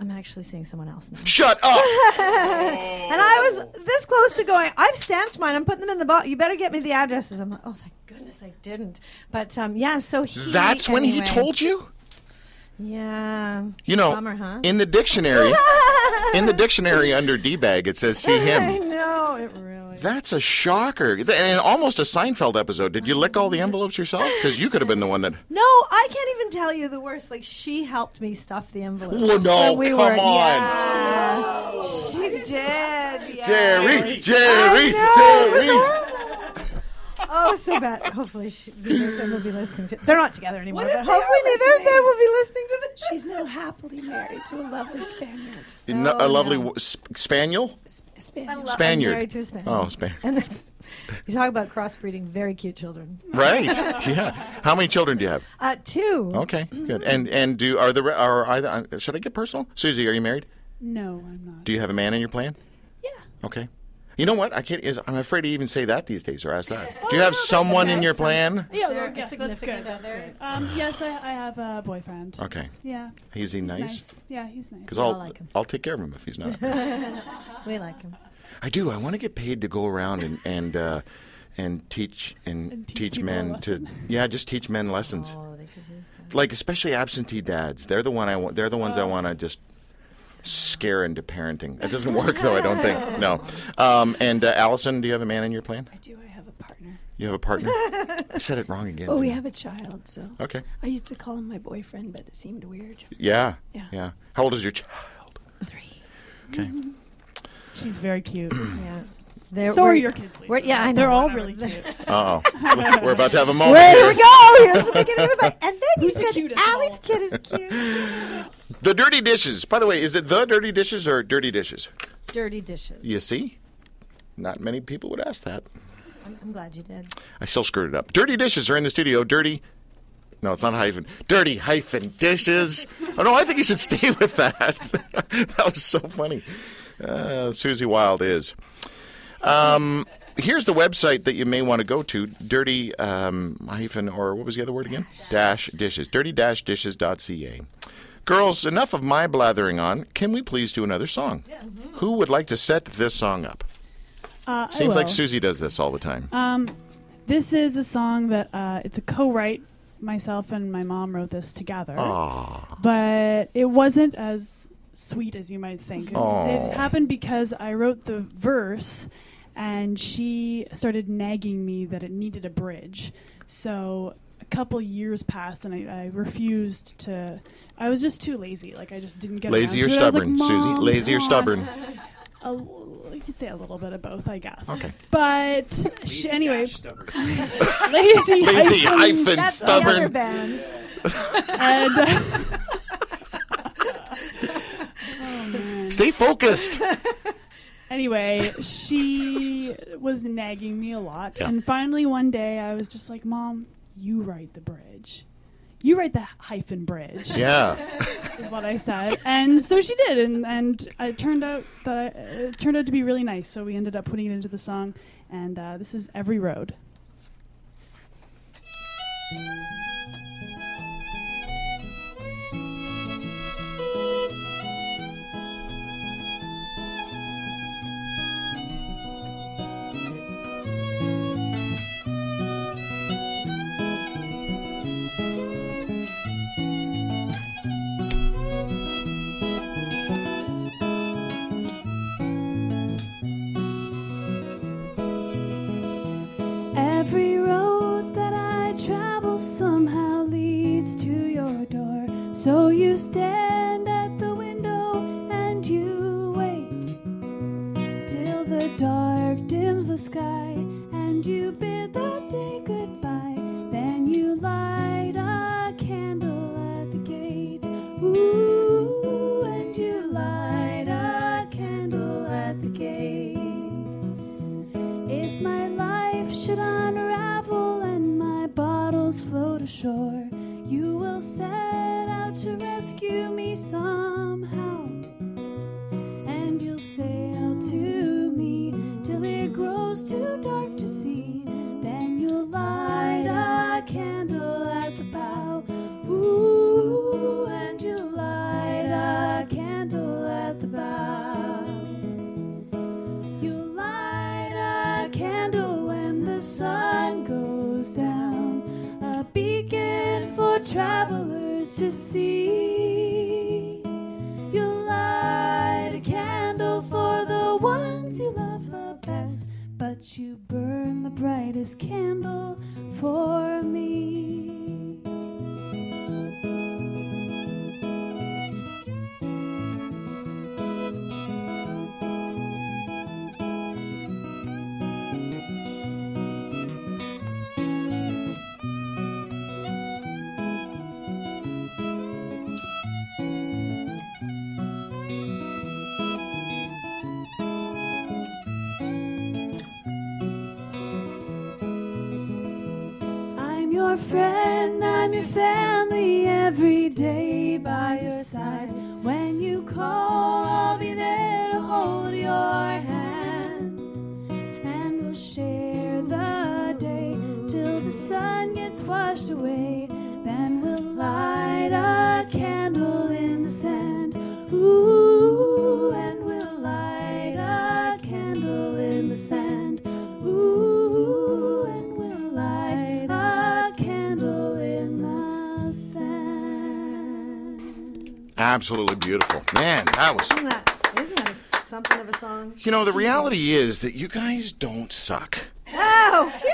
Speaker 4: "I'm actually seeing someone else now."
Speaker 2: Shut up.
Speaker 4: And I was this close to going, I've stamped mine. I'm putting them in the box. You better get me the addresses. I'm like, oh, thank goodness I didn't. But um, yeah, so he.
Speaker 2: That's when he
Speaker 4: anyway-
Speaker 2: told you?
Speaker 4: Yeah.
Speaker 2: You know,
Speaker 4: Bummer, huh?
Speaker 2: in the dictionary, in the
Speaker 4: *laughs*
Speaker 2: dictionary under D-bag, it says see
Speaker 4: I
Speaker 2: him.
Speaker 4: know, it really.
Speaker 2: That's a shocker. Th- And almost a Seinfeld episode. Did you lick all the envelopes yourself? Because you could have been the one
Speaker 4: *laughs*
Speaker 2: that.
Speaker 4: No, I can't even tell you the worst. Like, she helped me stuff the envelope.
Speaker 2: Well, no,
Speaker 4: we
Speaker 2: come
Speaker 4: were,
Speaker 2: on.
Speaker 4: Yeah, she did. Yeah.
Speaker 2: Jerry,
Speaker 4: I
Speaker 2: Jerry,
Speaker 4: know, it was
Speaker 2: Jerry.
Speaker 4: horrible. Oh, so bad. Hopefully, she, neither of them will be listening to. They're not together anymore, but
Speaker 6: they are
Speaker 4: hopefully, neither of
Speaker 6: listening?
Speaker 4: them will be listening to this.
Speaker 6: She's now happily married to a lovely Spaniard.
Speaker 2: No- a lovely w- sp- spaniel?
Speaker 6: Sp-
Speaker 4: I
Speaker 6: Spaniard.
Speaker 4: love- I'm
Speaker 2: Spaniard.
Speaker 4: married to a Spaniard.
Speaker 2: Oh, Spaniel.
Speaker 4: And it's, you talk about crossbreeding, very cute children. *laughs*
Speaker 2: Right. Yeah. How many children do you have?
Speaker 4: Uh, two.
Speaker 2: Okay, good. And and do are the re- are either uh, should I get personal? Susie, are you married?
Speaker 3: No, I'm not.
Speaker 2: Do you have a man in your plan?
Speaker 3: Yeah.
Speaker 2: Okay. You know what? I can't. Is, I'm afraid to even say that these days or ask that.
Speaker 3: Oh,
Speaker 2: Do you have someone in your plan?
Speaker 3: Yeah,
Speaker 4: They're
Speaker 3: well, yes, that's good.
Speaker 4: significant
Speaker 3: That's
Speaker 4: other.
Speaker 3: good. Um, yes, I, I have a boyfriend.
Speaker 2: Okay.
Speaker 3: Yeah.
Speaker 2: Is he
Speaker 3: He's
Speaker 2: Uh, nice?
Speaker 3: Yeah, he's nice.
Speaker 2: Because I'll
Speaker 4: like him.
Speaker 2: I'll take care of him if he's
Speaker 3: *laughs*
Speaker 2: not.
Speaker 4: We like them.
Speaker 2: I do. I want to get paid to go around and and uh, and teach and,
Speaker 3: And teach
Speaker 2: teach
Speaker 3: people a
Speaker 2: men to
Speaker 3: lesson.
Speaker 2: yeah, just teach men lessons.
Speaker 4: Oh, they could use that.
Speaker 2: Like especially absentee dads. They're the one I want. They're the
Speaker 3: Oh.
Speaker 2: ones I want to just scare into parenting. It
Speaker 3: *laughs*
Speaker 2: doesn't work though. I don't think. No. Um, and uh, Allison, do you have a man in your plan?
Speaker 6: I do. I have a partner.
Speaker 2: You have a
Speaker 3: *laughs*
Speaker 2: partner. I said it wrong again.
Speaker 3: Oh,
Speaker 6: But we
Speaker 2: didn't I?
Speaker 6: have a child, so
Speaker 2: Okay.
Speaker 6: I used to call him my boyfriend, but it seemed weird.
Speaker 2: Yeah.
Speaker 6: Yeah.
Speaker 2: Yeah. How old is your child?
Speaker 6: Three.
Speaker 2: Okay.
Speaker 3: She's very cute.
Speaker 2: *clears throat*
Speaker 4: Yeah. They're,
Speaker 3: so are
Speaker 4: we're-
Speaker 3: your kids.
Speaker 4: we're-
Speaker 3: Lisa.
Speaker 4: yeah, I know.
Speaker 3: They're all
Speaker 4: whatever.
Speaker 3: really
Speaker 4: *laughs*
Speaker 3: cute.
Speaker 2: Uh oh. We're about to have a moment.
Speaker 4: There
Speaker 2: here.
Speaker 4: we go. Here's the beginning of it. And then you
Speaker 3: the
Speaker 4: said
Speaker 3: cutest of
Speaker 4: Alex
Speaker 3: all?
Speaker 4: kid is cute.
Speaker 2: The dirty dishes. By the way, is it the dirty dishes or dirty dishes?
Speaker 4: Dirty dishes.
Speaker 2: You see, not many people would ask that.
Speaker 4: I'm, I'm glad you did.
Speaker 2: I still screwed it up. Dirty dishes are in the studio. Dirty. No, it's not hyphen. Dirty hyphen dishes. Oh no, I think you should stay *laughs* with that. that was so funny. Uh, Susie Wild is. Um, here's the website that you may want to go to. Dirty um, hyphen or what was the other word again? Dash dishes. Dirty dash dishes.ca. Girls, enough of my blathering on. Can we please do another song?
Speaker 3: mm-hmm.
Speaker 2: Who would like to set this song up?
Speaker 3: Uh, I
Speaker 2: Seems like
Speaker 3: will.
Speaker 2: Susie does this all the time.
Speaker 3: Um, this is a song that uh, it's a co-write. Myself and my mom wrote this together,
Speaker 2: Oh. Aw.
Speaker 3: but it wasn't as sweet as you might think. It, was-
Speaker 2: Aw.
Speaker 3: it happened because I wrote the verse, and she started nagging me that it needed a bridge. So a couple years passed, and I, I refused to. I was just too lazy. Like I just didn't get
Speaker 2: Lazy
Speaker 3: around
Speaker 2: or
Speaker 3: to it. I was like,
Speaker 2: stubborn, Susie?
Speaker 3: "Mom,
Speaker 2: Lazy or
Speaker 3: come on."
Speaker 2: stubborn?
Speaker 3: A l- you could say a little bit of both, I guess.
Speaker 2: Okay.
Speaker 3: But she,
Speaker 5: Easy
Speaker 3: anyway,
Speaker 5: dash stubborn.
Speaker 3: lazy,
Speaker 2: *laughs* Lazy
Speaker 3: hyphen
Speaker 2: hyphen
Speaker 4: That's the other
Speaker 2: stubborn.
Speaker 4: band.
Speaker 3: and uh,
Speaker 2: Stay
Speaker 3: *laughs*
Speaker 2: focused.
Speaker 1: Anyway, she was nagging me a lot.
Speaker 2: Yeah.
Speaker 1: And finally, one day, I was just like, Mom, you write the bridge. You write the hyphen bridge,
Speaker 2: yeah.
Speaker 1: is what I said. And so she did. And, and it turned out that I, it turned out to be really nice. So we ended up putting it into the song. And uh, this is Every Road. Every road that I travel somehow leads to your door. So you stand at the window and you wait till the dark dims the sky and you bid the day goodbye. Then you light a candle at the gate. Ooh, and you light a candle at the gate. If my life should unravel and my bottles float ashore, you will set out to rescue me somehow. And you'll sail to me till it grows too dark to see. Then you'll light a candle at the bow. Ooh, and you'll light a candle at the bow. You light a candle when the sun goes down, a beacon for travelers to see. You light a candle for the ones you love the best, but you burn the brightest candle for me. I'm your friend, I'm your family, every day by your side. When you call, I'll be there to hold your hand. And we'll share the day till the sun gets washed away. Then we'll light a candle in the sand. Ooh, and we'll light a candle in the sand. Ooh, and we'll light a candle in the sand.
Speaker 2: Absolutely beautiful. Man, that was
Speaker 4: Isn't that, isn't that something of a song?
Speaker 2: You know, the reality is that you guys don't suck.
Speaker 4: Oh, phew!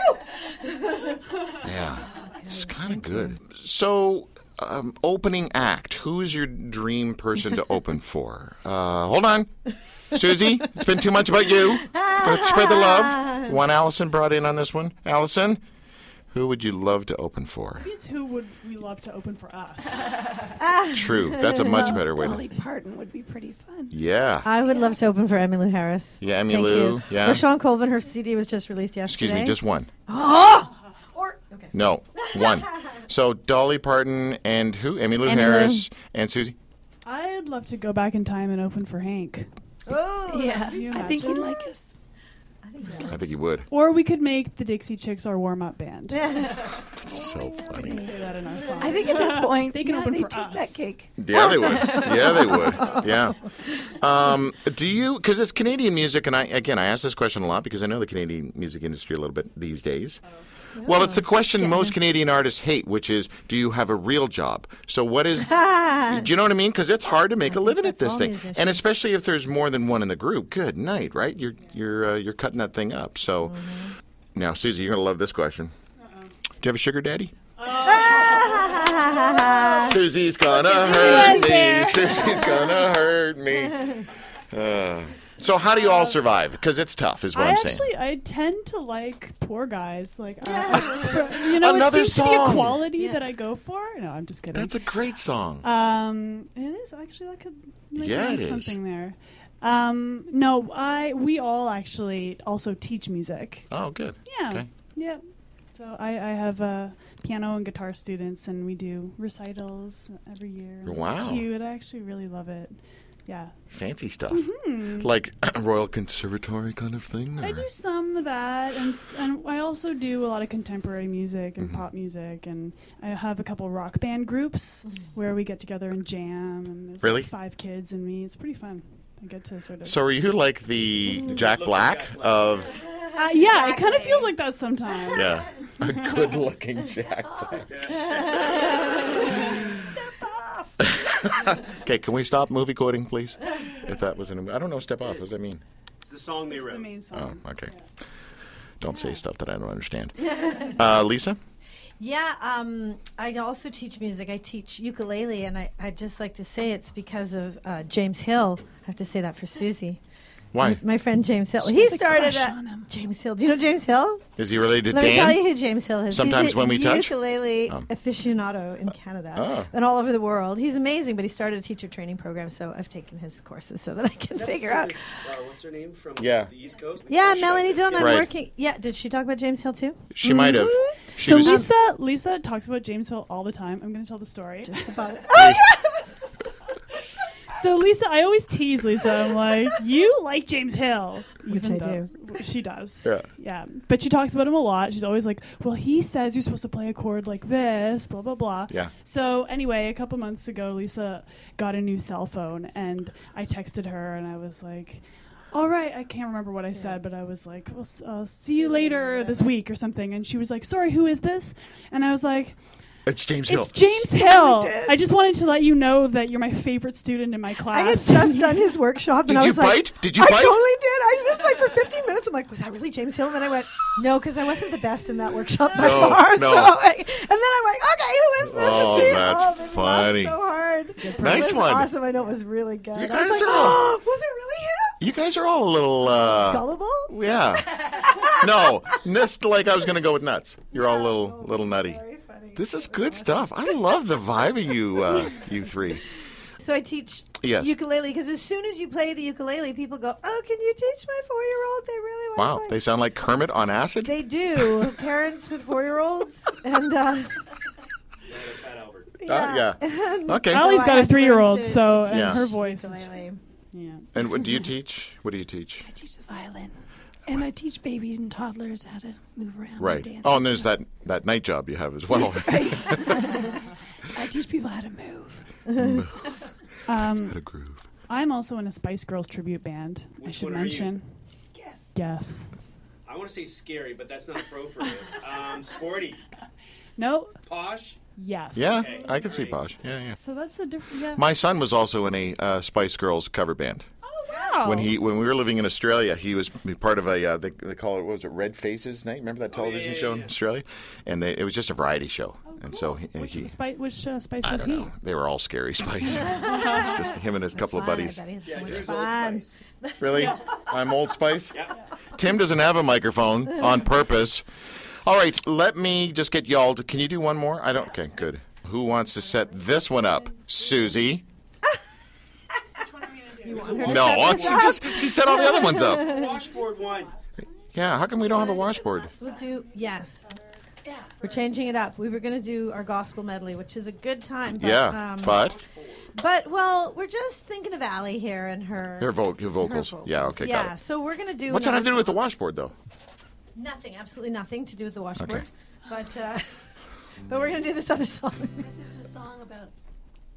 Speaker 2: Yeah. It's kind of good. So, um, opening act. Who is your dream person to open
Speaker 3: *laughs*
Speaker 2: for? Uh, hold on. Susie, it's been too much about you. But spread the love. One Allison brought in on this one. Allison, who would you love to open for?
Speaker 1: Who would we love to open for us?
Speaker 2: True. That's a much better way
Speaker 3: *laughs*
Speaker 6: Dolly
Speaker 2: to.
Speaker 6: Parton would be pretty fun.
Speaker 2: Yeah.
Speaker 4: I would love to open for Emmylou Harris.
Speaker 2: Yeah, Emmy
Speaker 4: Thank
Speaker 2: Lou,
Speaker 4: you.
Speaker 2: yeah.
Speaker 4: Rashawn Colvin, her CD was just released yesterday.
Speaker 2: Excuse me,
Speaker 4: *gasps*
Speaker 2: just one.
Speaker 4: Oh! Or, okay.
Speaker 2: No, one. So, Dolly Parton and who? Emmy Lou
Speaker 8: Emmylou.
Speaker 2: Harris and Susie.
Speaker 1: I'd love to go back in time and open for Hank.
Speaker 4: Oh!
Speaker 6: *laughs* Yeah,
Speaker 1: you
Speaker 6: I think he'd like us.
Speaker 2: I think you would.
Speaker 1: Or we could make the Dixie Chicks our warm up band.
Speaker 2: So funny.
Speaker 1: Say that in our song.
Speaker 6: I think
Speaker 4: *laughs*
Speaker 6: at this point
Speaker 1: They can
Speaker 6: yeah,
Speaker 1: open
Speaker 6: they
Speaker 1: for
Speaker 6: take
Speaker 1: us.
Speaker 6: that cake.
Speaker 2: Yeah, they would. Yeah, they would. Yeah. Um, do you? Because it's Canadian music, and I again, I ask this question a lot because I know the Canadian music industry a little bit these days.
Speaker 4: Oh.
Speaker 2: Well, it's the question most Canadian artists hate, which is, do you have a real job? So, what
Speaker 4: *laughs*
Speaker 2: is? do you know what I mean? Because it's hard to make a living at
Speaker 4: that's
Speaker 2: this
Speaker 4: all
Speaker 2: thing,
Speaker 4: musicians.
Speaker 2: and especially if there's more than one in the group. Good night, right? You're you're uh, you're cutting that thing up. So,
Speaker 4: Mm-hmm.
Speaker 2: now, Susie, you're gonna love this question. Do you have a sugar daddy? Susie's gonna hurt me. Susie's gonna hurt me. Uh, So how do you all survive? Because it's tough, is what
Speaker 3: I
Speaker 2: am
Speaker 3: actually
Speaker 2: saying.
Speaker 3: I tend to like poor guys. Like *laughs* uh, you know,
Speaker 2: Another
Speaker 3: it seems to be
Speaker 2: song.
Speaker 3: a quality
Speaker 4: Yeah.
Speaker 3: that I go for. No, I'm just kidding.
Speaker 2: That's a great song.
Speaker 3: Um, it is actually like a like
Speaker 2: Yeah, it is.
Speaker 3: something there. Um, no, I we all actually also teach music.
Speaker 2: oh, good.
Speaker 3: Yeah,
Speaker 2: Okay.
Speaker 3: yeah. So I, I have uh, piano and guitar students, and we do recitals every year. and
Speaker 2: Wow.
Speaker 3: it's cute! I actually really love it. Yeah,
Speaker 2: Fancy stuff. Like *clears throat* Royal Conservatory kind of thing?
Speaker 3: Mm-hmm. I
Speaker 2: or-
Speaker 3: do some of that, and, s- and I also do a lot of contemporary music
Speaker 2: Mm-hmm.
Speaker 3: and pop music, and I have a couple rock band groups where we get together and jam. And there's like,
Speaker 2: Really?
Speaker 3: five kids and me. It's pretty fun. I get to sort of.
Speaker 2: So are you like the Jack Black of
Speaker 3: Uh, yeah, it kind of feels like that sometimes.
Speaker 2: yeah, a
Speaker 3: *laughs*
Speaker 2: good-looking Jack Black? *laughs* Okay, can we stop movie quoting, please? If that was an, I don't know. Step off. What does that mean?
Speaker 5: It's the song they
Speaker 3: The
Speaker 5: wrote.
Speaker 3: main
Speaker 2: Oh,
Speaker 3: song.
Speaker 2: okay. Don't say stuff that I don't understand. Uh, Lisa,
Speaker 4: Yeah, um, I also teach music. I teach ukulele, and I, I just like to say it's because of uh, James Hill. I have to say that for Susie.
Speaker 2: why
Speaker 4: My friend James Hill. he
Speaker 6: has a
Speaker 4: started
Speaker 6: crush
Speaker 4: a-
Speaker 6: on him.
Speaker 4: James Hill. Do you know James Hill?
Speaker 2: is he related to
Speaker 4: Let me tell you
Speaker 2: Dan?
Speaker 4: who James Hill is.
Speaker 2: Sometimes
Speaker 4: He's a
Speaker 2: when we touch?
Speaker 4: ukulele
Speaker 2: Um.
Speaker 4: aficionado in Canada
Speaker 2: Oh.
Speaker 4: and all over the world. He's amazing, but he started a teacher training program, so I've taken his courses so that I can
Speaker 5: Is that the
Speaker 4: figure
Speaker 5: same
Speaker 4: out.
Speaker 5: as, uh, what's her name from
Speaker 2: Yeah.
Speaker 5: the East Coast?
Speaker 4: Yeah,
Speaker 5: Michelle
Speaker 4: Melanie
Speaker 5: Shepard.
Speaker 4: Dunn. I'm
Speaker 2: Right.
Speaker 4: working. Yeah, did she talk about James Hill too?
Speaker 2: She might have. She
Speaker 3: So
Speaker 2: was.
Speaker 3: Lisa, Lisa talks about James Hill all the time. I'm going to tell the story. Oh, *laughs*
Speaker 4: About it.
Speaker 3: So Lisa, I always tease Lisa. I'm like, you like James Hill,
Speaker 4: Which
Speaker 3: Even
Speaker 4: I
Speaker 3: though- She does.
Speaker 2: Yeah.
Speaker 3: Yeah. But she talks about him a lot. She's always like, well, he says you're supposed to play a chord like this, blah blah blah.
Speaker 2: Yeah.
Speaker 3: So anyway, a couple months ago, Lisa got a new cell phone, and I texted her, and I was like. All right, I can't remember what I said, but I was like, "Well, s- uh, see you later this week" or something, and she was like, "Sorry, who is this?" And I was like,
Speaker 2: It's James Hill.
Speaker 3: "It's James Hill." I just wanted to let you know that you're my favorite student in my
Speaker 4: I had
Speaker 3: class.
Speaker 4: just done
Speaker 3: *laughs*
Speaker 4: his workshop, and
Speaker 2: Did
Speaker 4: I
Speaker 2: you
Speaker 4: was like,
Speaker 2: bite? Did you
Speaker 4: I
Speaker 2: bite?
Speaker 4: totally did. I was like, for 15 minutes, I'm like, was that really James Hill? And then I went, no, because I wasn't the best in that workshop by
Speaker 2: No,
Speaker 4: far. *laughs*
Speaker 2: no.
Speaker 4: So I, and then I'm like, okay, who is this?
Speaker 2: Oh,
Speaker 4: and she,
Speaker 2: that's
Speaker 4: oh, they laughed
Speaker 2: funny.
Speaker 4: So hard.
Speaker 2: Nice
Speaker 4: it was
Speaker 2: one.
Speaker 4: Awesome. I know it was really good.
Speaker 2: You
Speaker 4: I
Speaker 2: guys
Speaker 4: was like,
Speaker 2: are all-
Speaker 4: *gasps* was it really him?
Speaker 2: you guys are all a little. Uh,
Speaker 4: Gullible.
Speaker 2: Yeah. no, just like I was gonna go with nuts. You're all little little nutty.
Speaker 4: Very funny.
Speaker 2: This is good stuff. I love the vibe of you, uh, you three.
Speaker 4: So I teach
Speaker 2: Yes.
Speaker 4: ukulele because as soon as you play the ukulele, people go, oh, can you teach my four-year-old? They really want
Speaker 2: Wow,
Speaker 4: to play.
Speaker 2: they sound like Kermit on acid.
Speaker 4: They
Speaker 2: *laughs*
Speaker 4: do. Parents with four-year-olds and. Uh,
Speaker 5: Fat Albert.
Speaker 2: Uh, yeah. Okay.
Speaker 3: Allie's
Speaker 4: I
Speaker 3: got a
Speaker 4: had to learn
Speaker 3: three-year-old,
Speaker 4: to-
Speaker 3: so
Speaker 4: to
Speaker 3: and
Speaker 2: Yeah.
Speaker 3: her voice. is-
Speaker 4: ukulele.
Speaker 3: yeah.
Speaker 2: And what do you teach? What do you teach?
Speaker 6: I teach the violin, and I teach babies and toddlers how to move around.
Speaker 2: Right.
Speaker 6: And dance
Speaker 2: Oh, and
Speaker 6: and
Speaker 2: there's
Speaker 6: stuff.
Speaker 2: that that night job you have as well. *laughs*
Speaker 6: *laughs* I teach people how to move.
Speaker 3: Um,
Speaker 2: What a groove.
Speaker 3: I'm also in a Spice Girls tribute band. I
Speaker 5: Which
Speaker 3: should
Speaker 5: one are you?
Speaker 3: mention.
Speaker 6: Yes.
Speaker 3: Yes.
Speaker 5: I want to say scary, but that's not appropriate. um, sporty,
Speaker 3: No.
Speaker 5: posh.
Speaker 3: Yes.
Speaker 2: Yeah,
Speaker 5: Okay,
Speaker 2: I can see
Speaker 5: all right.
Speaker 2: Bosch. Yeah, yeah.
Speaker 3: So that's the different. Yeah.
Speaker 2: My son was also in a uh, Spice Girls cover band.
Speaker 3: oh wow.
Speaker 2: When he when we were living in Australia, he was part of a uh, they, they call it what was it Red Faces night? Remember that television
Speaker 5: Oh, yeah,
Speaker 2: show
Speaker 5: yeah,
Speaker 2: in
Speaker 5: yeah. Oh,
Speaker 2: Australia? And they, it was just a variety show. And so he,
Speaker 3: which,
Speaker 2: he
Speaker 3: Spice, which uh, Spice
Speaker 2: I
Speaker 3: was
Speaker 2: don't
Speaker 3: he?
Speaker 2: know. They were all scary *laughs*
Speaker 5: *laughs*
Speaker 2: Spice. it's just him and his couple of
Speaker 4: Fun, I
Speaker 2: buddies.
Speaker 4: bet he had so
Speaker 5: Yeah,
Speaker 4: much
Speaker 5: Drew's old
Speaker 4: fun.
Speaker 5: spice.
Speaker 2: Really? I'm Old Spice?
Speaker 5: Yeah.
Speaker 2: Tim doesn't have a microphone on purpose. All right, let me just get y'all. To, can you do one more? I don't. Okay, good. Who wants to set this one up? Susie. No, I- she *laughs* just she set all the other ones
Speaker 4: *laughs*
Speaker 2: up.
Speaker 5: Washboard one.
Speaker 2: Yeah, how come we don't have a washboard?
Speaker 4: We'll do yes. We're changing it up. We were going to do our gospel medley, which is a good time. But,
Speaker 2: Yeah,
Speaker 4: um,
Speaker 2: but
Speaker 4: but well, we're just thinking of Allie here and her
Speaker 2: her, vo- her
Speaker 4: her
Speaker 2: vocals. Yeah,
Speaker 4: vocals.
Speaker 2: okay,
Speaker 4: yeah.
Speaker 2: got it.
Speaker 4: So we're going to do
Speaker 2: What's that have to do with the washboard though?
Speaker 4: nothing? Absolutely nothing to do with the washboard.
Speaker 2: Okay.
Speaker 4: But uh, *laughs* but we're going to do this other song.
Speaker 6: This is the song about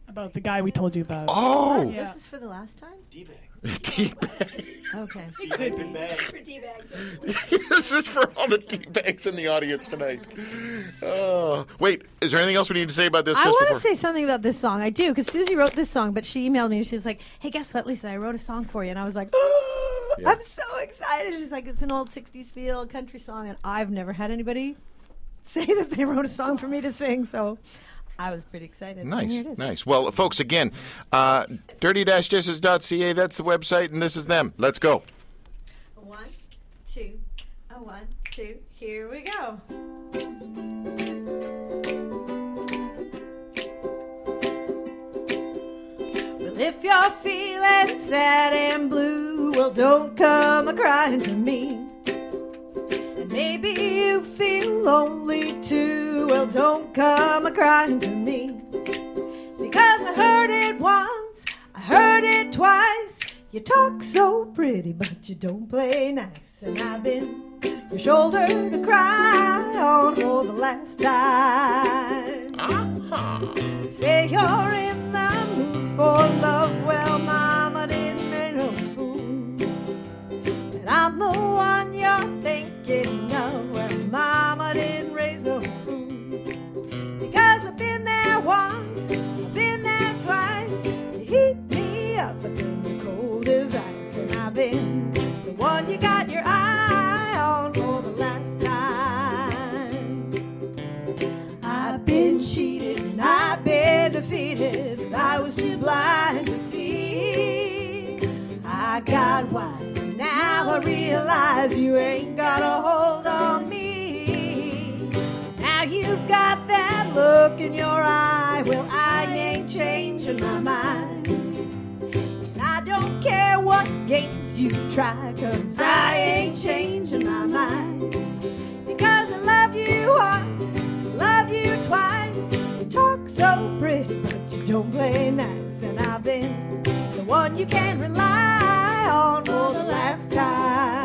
Speaker 3: About the guy we told you about.
Speaker 2: Oh, *laughs*
Speaker 3: Yeah.
Speaker 4: This is for the last time.
Speaker 5: D-bag.
Speaker 2: deep.
Speaker 4: Okay.
Speaker 5: Open bag.
Speaker 2: *laughs* this is for all the tea bags in the audience tonight. Oh, wait, is there anything else we need to say about this?
Speaker 4: I
Speaker 2: just
Speaker 4: want to
Speaker 2: before-
Speaker 4: say something about this song. I do because Susie wrote this song, but she emailed me and she's like, "Hey, guess what, Lisa? I wrote a song for you." And I was like, *gasps* "I'm so excited!" She's like, "It's an old '60s feel *laughs* country song," and I've never had anybody say that they wrote a song for me to sing. So I was pretty excited. and
Speaker 2: Nice,
Speaker 4: here it is.
Speaker 2: nice. Well, folks, again, uh, dirty-justice.ca, that's the website, and this is them. Let's go.
Speaker 4: One, two, a one, two. Here we go. Well, if you're feeling sad and blue, well, don't come a crying to me. And maybe you feel lonely too, well, don't come a crying to me. Because I heard it once, I heard it twice. You talk so pretty, but you don't play nice. And I've been your shoulder to cry on for the last time. Say you're in the mood for love. Well, Mama didn't make no fool. But I'm the one you're thinking of. Well, Mama didn't raise no fool. Because I've been there once, I've been there twice. You heat me up, but then you're cold as ice. And I've been the one you got your eye on for the last time. I've been cheated and I've been defeated, but I was too blind to see. I got wise, and now I realize you ain't got a hold on me. Now you've got that look in your eye. Well, I ain't changing my mind. And I don't care what games you try, cause I ain't changing my mind. Because I love you once, love you twice. You talk so pretty, but you don't play nice. And I've been the one you can rely on for the last time.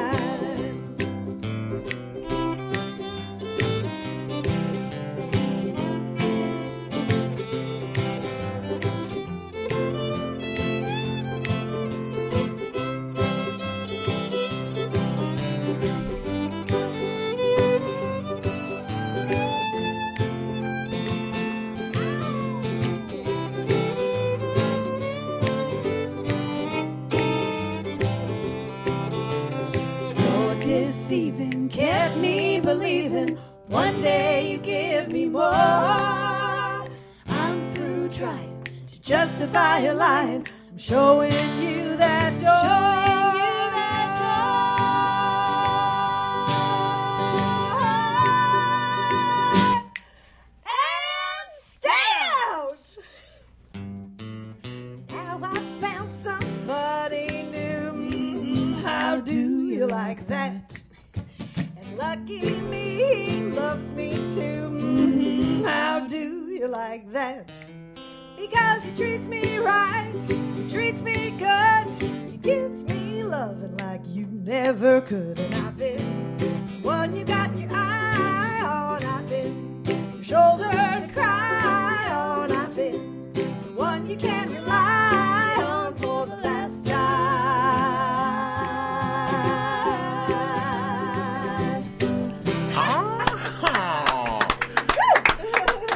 Speaker 4: Your deceiving kept me believing one day you give me more. I'm through trying to justify your lying. I'm showing you that door. And stay out! Now I found somebody new. Mm, How do you like that? And lucky me, he loves me too. Mm, How do you like that? Because he treats me right, he treats me good, he gives me loving like you never could. And I've been the one you got your eye on, I've been your shoulder to cry on, I've been the one you can rely on for the last time.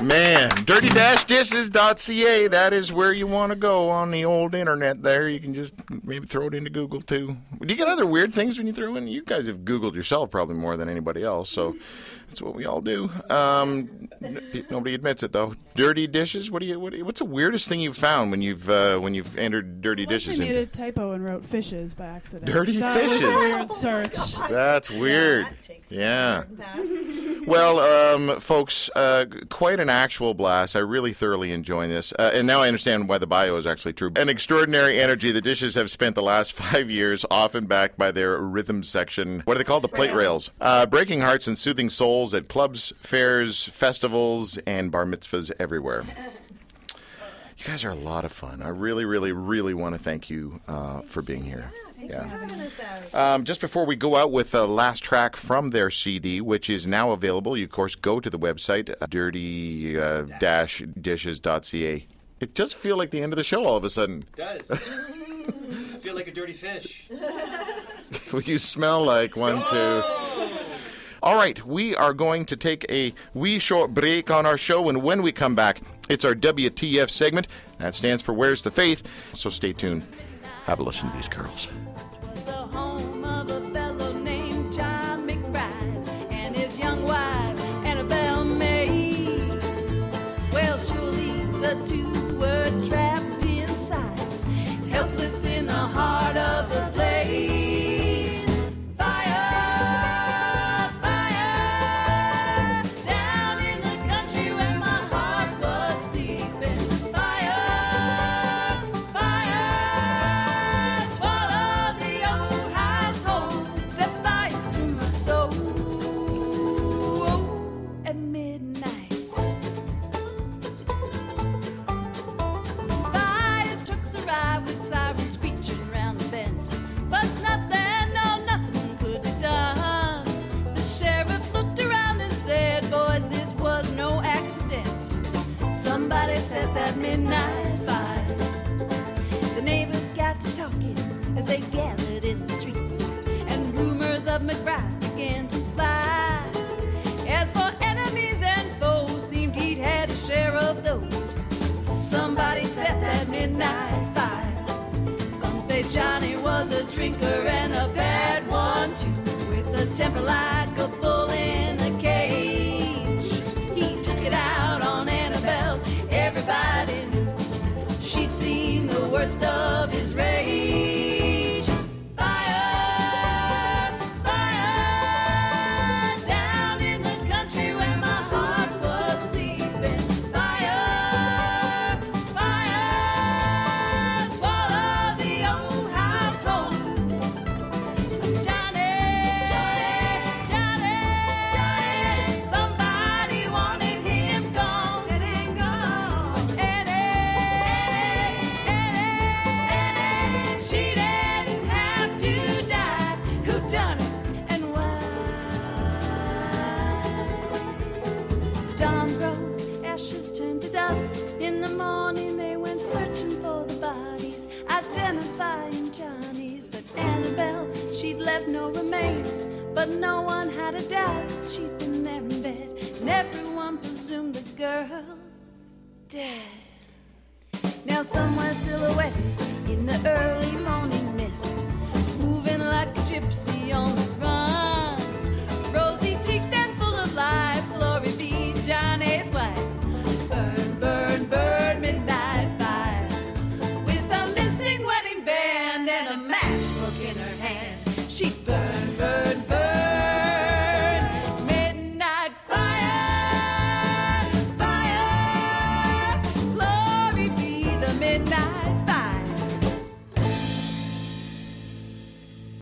Speaker 2: Man, dirty-justice.ca, that is where you want to go on the old internet there. You can just maybe throw it into Google too. Do you get other weird things when you throw in? You guys have Googled yourself probably more than anybody else, so that's what we all do. Um, n- nobody admits it though. Dirty dishes? What do you what, do you- what's the weirdest thing you've found when you've uh, when you've entered dirty dishes
Speaker 3: I made a
Speaker 2: into?
Speaker 3: typo and wrote fishes by accident.
Speaker 2: Dirty
Speaker 3: that
Speaker 2: fishes.
Speaker 3: Was a weird
Speaker 4: Oh
Speaker 3: search.
Speaker 2: That's weird. Yeah. Well, um, folks, uh, quite an actual blast. I really thoroughly enjoy this. Uh, and now I understand why the bio is actually true. An extraordinary energy. The dishes have spent the last *laughs* five years, often backed by their rhythm section. What are they called? The plate rails. Uh, breaking hearts and soothing souls at clubs, fairs, festivals, and bar mitzvahs everywhere. You guys are a lot of fun. I really, really, really want to thank you uh, for being here. Yeah. Um, just before we go out with the last track from their CD, which is now available, you of course go to the website uh, dirty-dishes.ca. It does feel like the end of the show all of a sudden. *laughs*
Speaker 5: does. I feel like a dirty fish.
Speaker 2: you smell like one, two. All right, we are going to take a wee short break on our show, and when we come back, it's our WTF segment. That stands for Where's the Faith? So stay tuned. Have a listen to these girls.
Speaker 7: was the home of a fellow named John McBride and his young wife, Annabelle May. Well, sure
Speaker 1: set that midnight fire. The neighbors got to talking as they gathered in the streets, and rumors of McBride began to fly. As for enemies and foes, seemed he'd had a share of those. Somebody set that midnight fire. Some say Johnny was a drinker and a bad one too, with a temper like a bull in a cage. He took it out on Annabelle, everybody knew she'd seen the worst of his rage. Fire, fire, down in the country where my heart was sleeping. Fire, fire, swallow the old household. Johnny, Johnny, Johnny, Johnny. Somebody wanted him gone. It ain't gone. And and she didn't have to die. Who done it and why? Dawn broke, ashes turned to dust. In the morning, they went searching for the bodies, identifying Johnny's. But Annabelle, she'd left no remains. But no one had a doubt that she'd been there in bed. And everyone presumed the girl dead. Now somewhere silhouetted in the early morning mist, moving like a gypsy on the run. Rosy cheeked and full of life, glory be Johnny's wife. Burn, burn, burn, midnight fire. With a missing wedding band and a matchbook in her hand, she burn, burn, burn. Midnight fire, fire. Glory be the midnight